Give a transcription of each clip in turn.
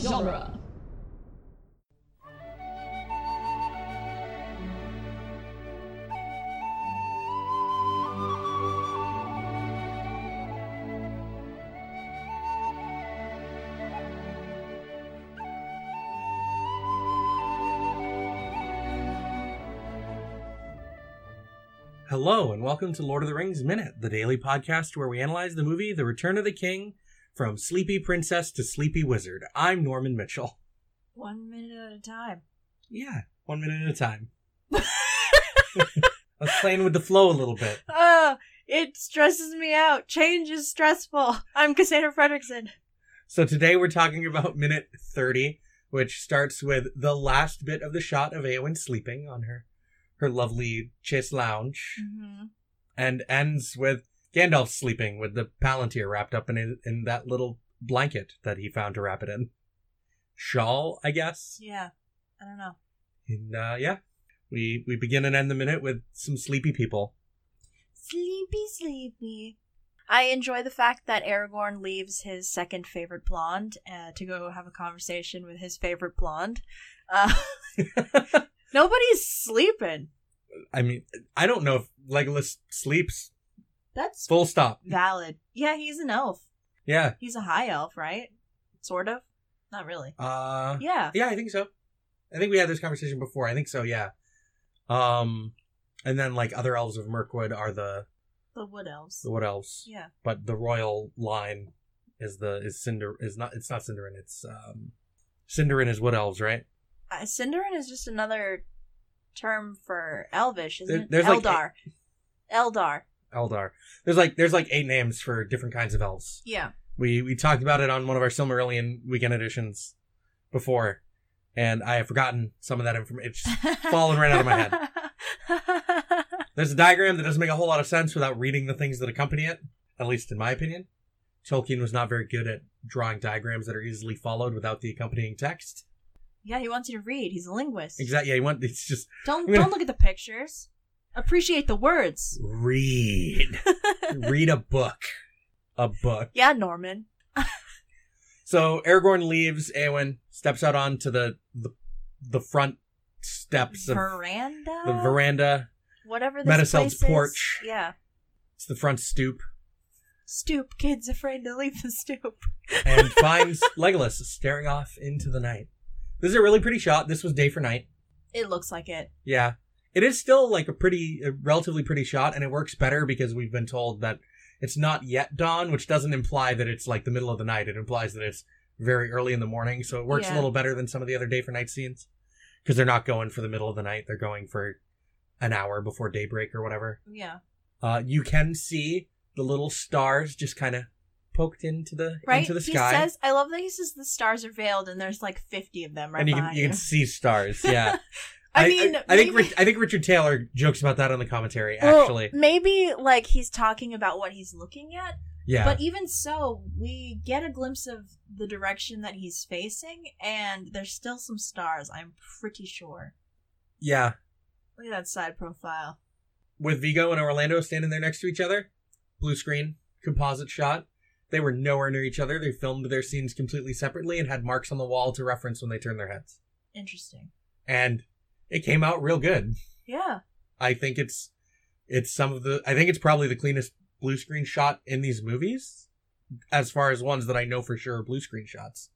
genre. Hello, and welcome to Lord of the Rings Minute, the daily podcast where we analyze the movie The Return of the King from Sleepy Princess to Sleepy Wizard. I'm Norman Mitchell. One minute at a time. Yeah, one minute at a time. I was playing with the flow a little bit. Oh, it stresses me out. Change is stressful. I'm Cassandra Fredrickson. So today we're talking about minute 30, which starts with the last bit of the shot of Eowyn sleeping on her, her lovely chase lounge. Mm-hmm. and ends with Gandalf sleeping with the palantir wrapped up in his, in that little blanket that he found to wrap it in. Shawl, I guess. Yeah, I don't know. And uh, yeah, we we begin and end the minute with some sleepy people. Sleepy, sleepy. I enjoy the fact that Aragorn leaves his second favorite blonde uh, to go have a conversation with his favorite blonde. Uh, nobody's sleeping. I mean, I don't know if Legolas sleeps. That's Full stop. valid. Yeah, he's an elf. Yeah. He's a high elf, right? Sort of. Not really. Uh, Yeah. yeah, I think so. I think we had this conversation before. I think so. Yeah. Um, and then like other elves of Mirkwood are the The wood elves. the what elves? Yeah. but the royal line is the is Cinder is not it's not Cinderin it's um Cinderin is wood elves right Uh, Cinderin is just another term for elvish, isn't There- it? there's like Eldar. Eldar. Eldar there's like there's like eight names for different kinds of elves Yeah. we we talked about it on one of our Silmarillion weekend editions before and I have forgotten some of that information it's just fallen right out of my head head. there's a diagram that doesn't make a whole lot of sense without reading the things that accompany it at least in my opinion Tolkien was not very good at drawing diagrams that are easily followed without the accompanying text yeah, he wants you to read. He's a linguist. exactly yeah he went it's just Don't I'm gonna- don't look at the pictures. Appreciate the words. read read a book a book yeah, Norman. so aragorn leaves Eowyn, steps out onto the the, the front steps of Veranda. the veranda Whatever this Medicel's place is. porch. Yeah. it's the front stoop Stoop. Kids afraid to leave the stoop. and finds legolas staring off into the night this is a really pretty shot this was day for night It looks like it. yeah it is still like a pretty a relatively pretty shot and it works better because we've been told that it's not yet dawn which doesn't imply that it's like the middle of the night it implies that it's very early in the morning so it works a Yeah. little better than some of the other day for night scenes because they're not going for the middle of the night they're going for an hour before daybreak or whatever Yeah. uh, you can see the little stars just kind of poked into the Right. into the he sky says. I love that he says the stars are veiled, and there's like 50 of them right and you can behind you can see stars yeah I mean, I, think maybe- Rich- I think Richard Taylor jokes about that on the commentary Well, actually maybe like he's talking about what he's looking at, yeah but even so, we get a glimpse of the direction that he's facing, and there's still some stars. I'm pretty sure. yeah Look at that side profile. with Vigo and Orlando standing there next to each other. Blue screen, composite shot. They were nowhere near each other. They filmed their scenes completely separately and had marks on the wall to reference when they turned their heads. Interesting. And it came out real good. Yeah. I think it's it's some of the I think it's probably the cleanest blue screen shot in these movies as far as ones that I know for sure are blue screen shots.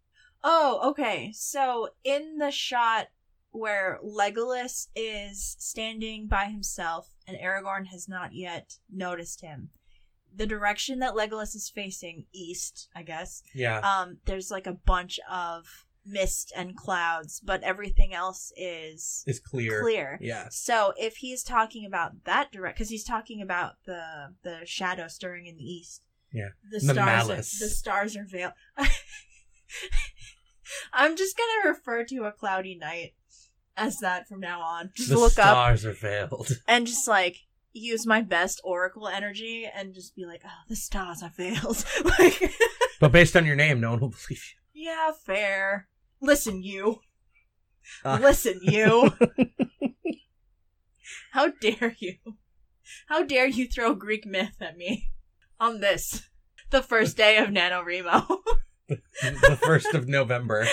Oh, okay. So in the shot where Legolas is standing by himself and Aragorn has not yet noticed him, the direction that Legolas is facing, east, I guess, Yeah. um there's like a bunch of mist and clouds but everything else is it's clear. clear, Yeah. so if he's talking about that direct because he's talking about the the shadow stirring in the east Yeah. the The stars malice. Are, the stars are veiled i'm just gonna refer to a cloudy night as that from now on just the look up stars are veiled. and just like use my best oracle energy and just be like oh the stars are veiled like But based on your name, no one will believe you. Yeah, fair. Listen, you. Uh. Listen, you. How dare you? How dare you throw Greek myth at me on this, the first day of Nano Remo? the first of November.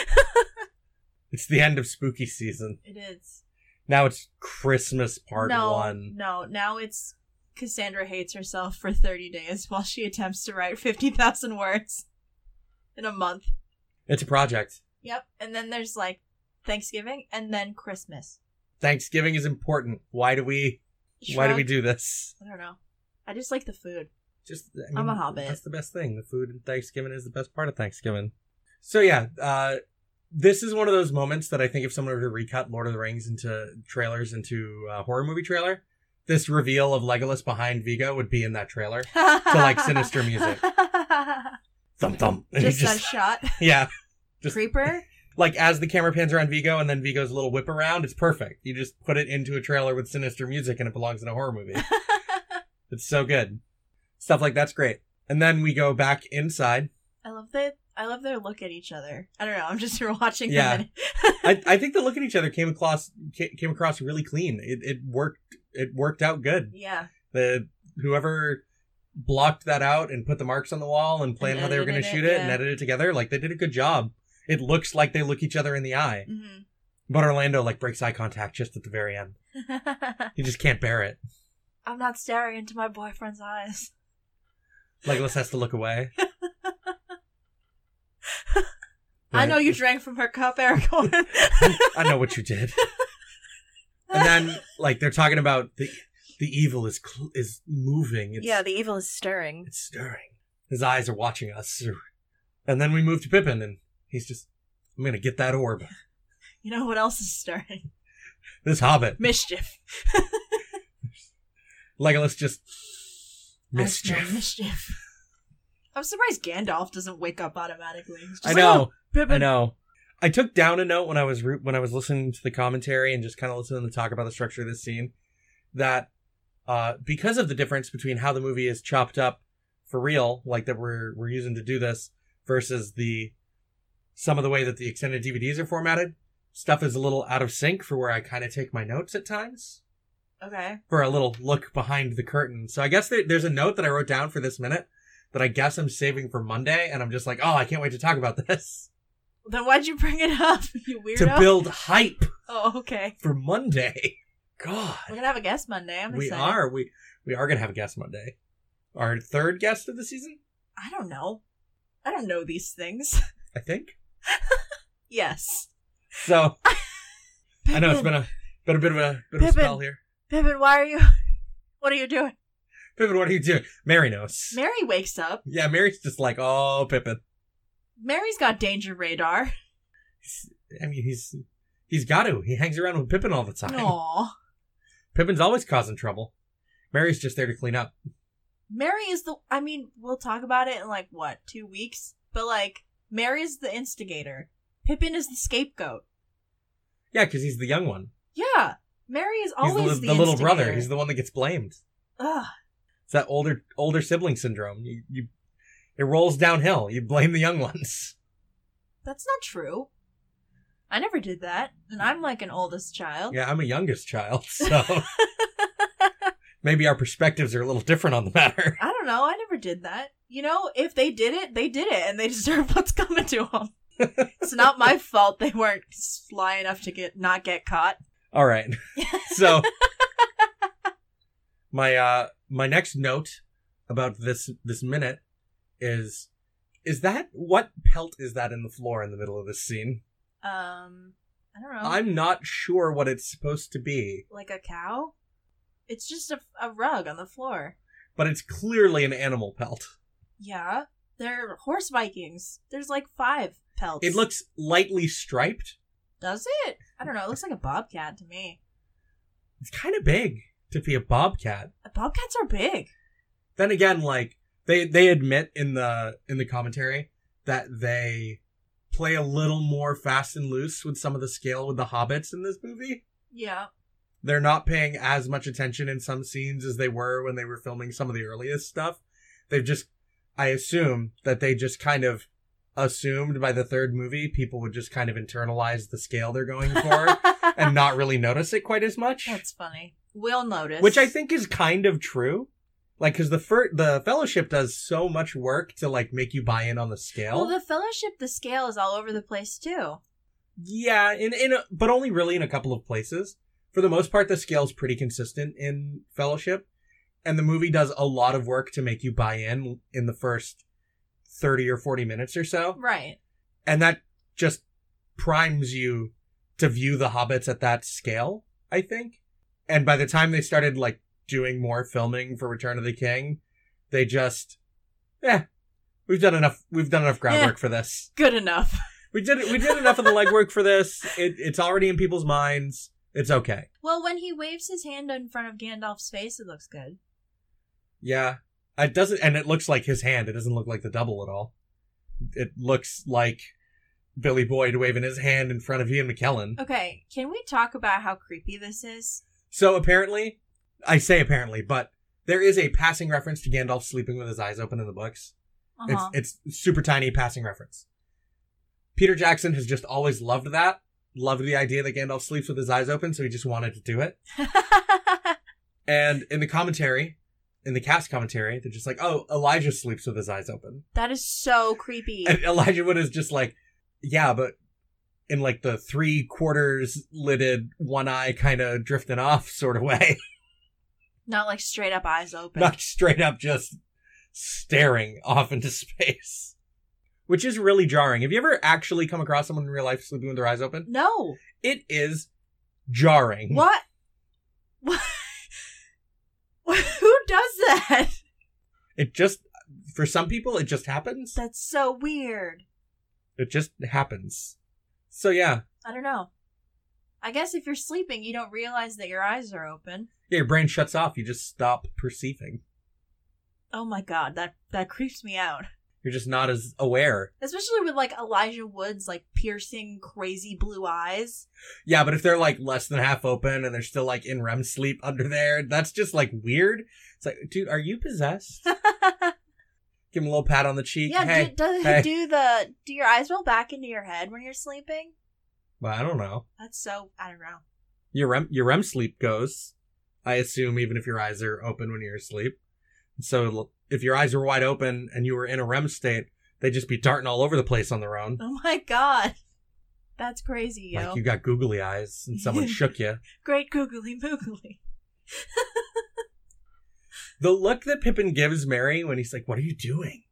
It's the end of spooky season. It is. Now it's Christmas part no, one. No, now it's Cassandra hates herself for 30 days while she attempts to write 50,000 words in a month. It's a project. Yep. And then there's like Thanksgiving and then Christmas. Thanksgiving is important. Why do we? Why do we Shrug? do this? I don't know. I just like the food. Just I I'm a hobbit. That's the best thing. The food and Thanksgiving is the best part of Thanksgiving. So yeah, uh, this is one of those moments that I think if someone were to recut Lord of the Rings into trailers into uh, horror movie trailer, this reveal of Legolas behind Vigo would be in that trailer. to like, sinister music. Thump thump. And just, he that shot. yeah. Just- Creeper. Like as the camera pans around Vigo and then Vigo's little whip around, it's perfect. You just put it into a trailer with sinister music and it belongs in a horror movie. It's so good. Stuff like that's great. And then we go back inside. I love that. I love their look at each other. I don't know. I'm just here watching Yeah. them. I, I think the look at each other came across ca- came across really clean. It, it worked it worked out And, good. yeah. The whoever blocked that out and put the marks on the wall and planned how they were going to edited it, shoot it and yeah. edited it together, like they did a good job. It looks like they look each other in the eye. hmm But Orlando like breaks eye contact just at the very end. He just can't bear it. Mm-hmm. I'm not staring into my boyfriend's eyes. Legolas has to look away. I know you drank from her cup, Aragorn. I know what you did. And then like they're talking about the the evil is cl- is moving. It's, yeah, the evil is stirring. it's stirring. His eyes are watching us. And then we move to Pippin, and he's just, I'm gonna get that orb. You know what else is stirring? This hobbit, Mischief. Legolas, just I smell mischief. Mischief. I'm surprised Gandalf doesn't wake up automatically. He's just I like, know. "Oh, Pippin." I know. I took down a note when I was re- when I was listening to the commentary and just kind of listening to talk about the structure of this scene that uh, because of the difference between how the movie is chopped up for real, like that we're we're using to do this, versus the some of the way that the extended DVDs are formatted, stuff is a little out of sync for where I kind of take my notes at times Okay. for a little look behind the curtain. So I guess there, there's a note that I wrote down for this minute that I guess I'm saving for Monday, and I'm just like, oh, I can't wait to talk about this. Then why'd you bring it up, you weirdo? to build hype oh, okay. for Monday. We're God, gonna have a guest Monday. I'm we excited. are we we are gonna have a guest Monday. Our third guest of the season, I don't know. I don't know these things. I think. yes. So I know it's been a been a bit of a bit of a Pippin. spell here. Pippin, why are you? What are you doing? Pippin, what are you doing? Mary knows. Mary wakes up. yeah, Mary's just like, oh, Pippin. Mary's got danger radar. I mean, he's he's got to. He hangs around with Pippin all the time. Aww. Pippin's always causing trouble. Mary's just there to clean up. Mary is the. I mean, we'll talk about it in like what two weeks, but like Mary's the instigator. Pippin is the scapegoat. Yeah, because he's the young one. Yeah, Mary is He's the, always the the, little instigator. brother. He's the one that gets blamed. Ugh. It's that older older sibling syndrome. You, you it rolls downhill. You blame the young ones. That's not true. I never did that, and I'm like an oldest child. Yeah, I'm a youngest child, so maybe our perspectives are a little different on the matter. I don't know. I never did that. You know, if they did it, they did it, and they deserve what's coming to them. it's not my fault they weren't sly enough to get not get caught. All right. So my uh my next note about this this minute is is that what pelt is that in the floor in the middle of this scene? Um, I don't know. I'm not sure what it's supposed to be, like a cow. It's just a, a rug on the floor. but it's clearly an animal pelt. Yeah, they're horse Vikings. There's like five pelts. It looks lightly striped. Does it? I don't know. It looks like a bobcat to me. It's kind of big to be a bobcat. Bobcats are big. Then again, like they they admit in the in the commentary that they play a little more fast and loose with some of the scale with the hobbits in this movie. Yeah. They're not paying as much attention in some scenes as they were when they were filming some of the earliest stuff. They've just I assume that they just kind of assumed by the third movie people would just kind of internalize the scale they're going for and not really notice it quite as much. That's funny. We'll notice. which I think is kind of true. Like, because the fir- the Fellowship does so much work to like make you buy in on the scale. Well, the fellowship, the scale is all over the place too. yeah, in in a, but only really in a couple of places. For the most part, the scale's pretty consistent in Fellowship, and the movie does a lot of work to make you buy in in the first thirty or forty minutes or so. Right. and that just primes you to view the hobbits at that scale i think and by the time they started like doing more filming for return of the king they just yeah we've done enough we've done enough groundwork for this Good enough. we did we did enough of the legwork for this it, it's already in people's minds it's okay Well, when he waves his hand in front of Gandalf's face, it looks good. yeah it doesn't and it looks like his hand it doesn't look like the double at all it looks like billy boyd waving his hand in front of ian mckellen Okay, can we talk about how creepy this is? So apparently, I say apparently, but there is a passing reference to Gandalf sleeping with his eyes open in the books. Uh-huh. It's it's super tiny passing reference. Peter Jackson has just always loved that, loved the idea that Gandalf sleeps with his eyes open, so he just wanted to do it. Uh-huh. And in the commentary, in the cast commentary, they're just like, "Oh, Elijah sleeps with his eyes open," that is so creepy. and Elijah Wood is just like, "Yeah, but." In like the three quarters lidded, one eye kind of drifting off sort of way. Not like straight up eyes open. not straight up just staring off into space, which is really jarring. Have you ever actually come across someone in real life sleeping with their eyes open? no. It is jarring. What? What? Who does that? It just, for some people, it just happens. That's so weird. It just happens. So yeah, I don't know. I guess if you're sleeping, you don't realize that your eyes are open. yeah, your brain shuts off. You just stop perceiving. Oh my god, that that creeps me out. You're just not as aware. Especially with like Elijah Wood's like piercing crazy blue eyes. Yeah, but if they're like less than half open and they're still like in REM sleep under there, that's just like weird. It's like, dude, are you possessed? Give him a little pat on the cheek. yeah, hey, do, does, hey. do the do your eyes roll back into your head when you're sleeping? Well, I don't know. That's so I don't know. Your REM your REM sleep goes. I assume even if your eyes are open when you're asleep. So l- if your eyes were wide open and you were in a REM state, they'd just be darting all over the place on their own. Oh my god. That's crazy, yo. Like you got googly eyes and someone shook you. Great googly moogly. The look that Pippin gives Mary when he's like, "What are you doing?"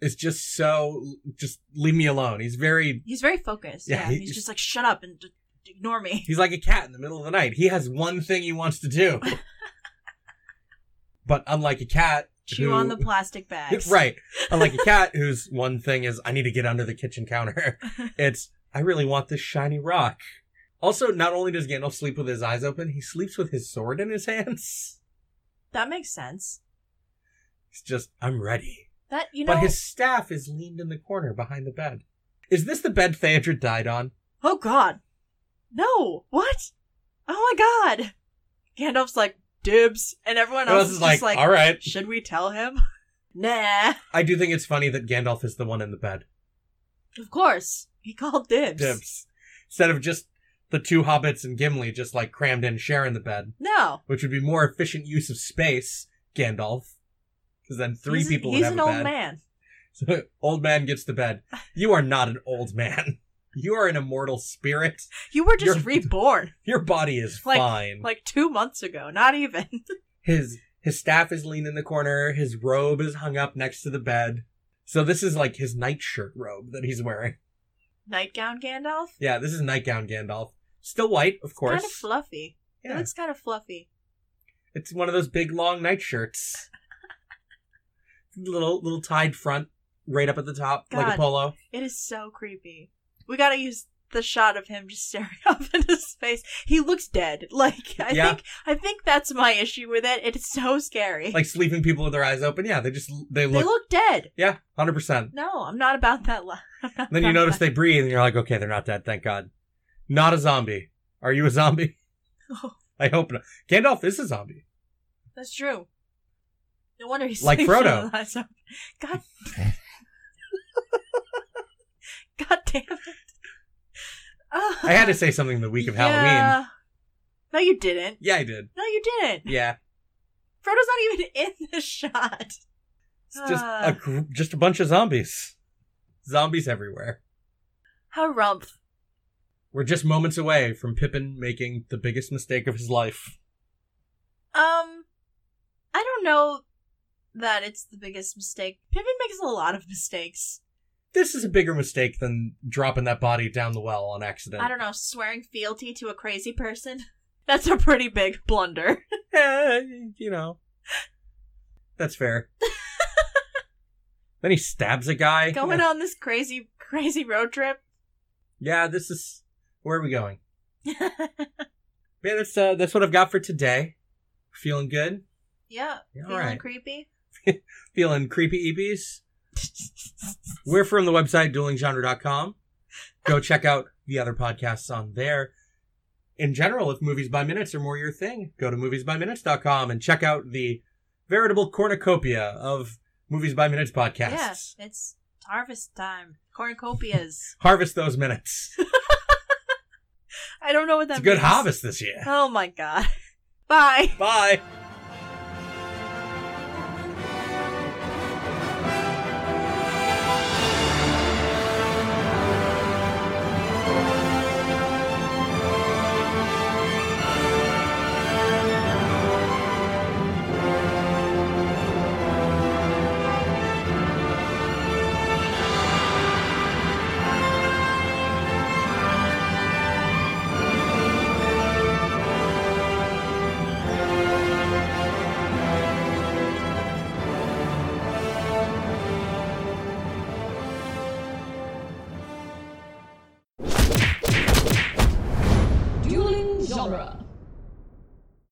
It's just so just leave me alone. He's very He's very focused. Yeah, Yeah, he- he's just like shut up and d- ignore me. He's like a cat in the middle of the night. He has one thing he wants to do. but unlike a cat, Chew who- on the plastic bags. right. Unlike a cat whose one thing is I need to get under the kitchen counter. It's I really want this shiny rock. Also, not only does Gandalf sleep with his eyes open, he sleeps with his sword in his hands. That makes sense. It's just I'm ready. That you know. But his staff is leaned in the corner behind the bed. Is this the bed Theodred died on? Oh God, no! What? Oh my God! Gandalf's like dibs, and everyone else, is just like, all right. should we tell him? Nah. I do think it's funny that Gandalf is the one in the bed. Of course, he called dibs. dibs instead of just the two hobbits and Gimli just like crammed in sharing the bed, No, which would be more efficient use of space, Gandalf, because then three he's, people would He's have an a old bed. man. So old man gets the bed. You are not an old man. You are an immortal spirit. You were just You're- reborn Your body is Like- fine. like two months ago. Not even. his his staff is leaned in the corner. His robe is hung up next to the bed. So this is like his nightshirt robe that he's wearing. Nightgown Gandalf. Yeah, this is nightgown Gandalf. Still white, of course. Kind of fluffy. It yeah. looks kind of fluffy. It's one of those big long nightshirts. little little tied front right up at the top like a God. polo. It is so creepy. We gotta use the shot of him just staring off into space. He looks dead. Like I Yeah. think I think that's my issue with it. It's so scary. Like sleeping people with their eyes open. Yeah, they just they they look look dead. Yeah, 100%. No, I'm not about that. Li- I'm not Then you about notice that. they breathe and you're like, "Okay, they're not dead, thank God." Not a zombie. Are you a zombie? Oh. I hope not. Gandalf is a zombie. that's true. No wonder he's Like Frodo. God. God damn it! Oh. I had to say something the week of Halloween. No, you didn't. Yeah, I did. No, you didn't. Yeah. Frodo's not even in this shot. It's just Ah. a gr- just a bunch of zombies. Zombies everywhere. Harumph. We're just moments away from Pippin making the biggest mistake of his life. Um, I don't know that it's the biggest mistake. Pippin makes a lot of mistakes. This is a bigger mistake than dropping that body down the well on accident. I don't know, swearing fealty to a crazy person. That's a pretty big blunder. Eh, you know. That's fair. then he stabs a guy. Going on this crazy, crazy road trip. Yeah, this is where are we going? Yeah, that's uh, that's what I've got for today. Feeling good? yeah, Yeah, feeling All right. creepy. Feeling creepy EBs? We're from the website duelinggenre.com. Go check out the other podcasts on there. In general, if movies by minutes are more your thing, go to moviesbyminutes.com and check out the veritable cornucopia of movies by minutes podcasts. Yeah, it's harvest time. Cornucopias. Harvest those minutes. I don't know what that it's a good means. harvest this year. Oh my god. Bye. Bye.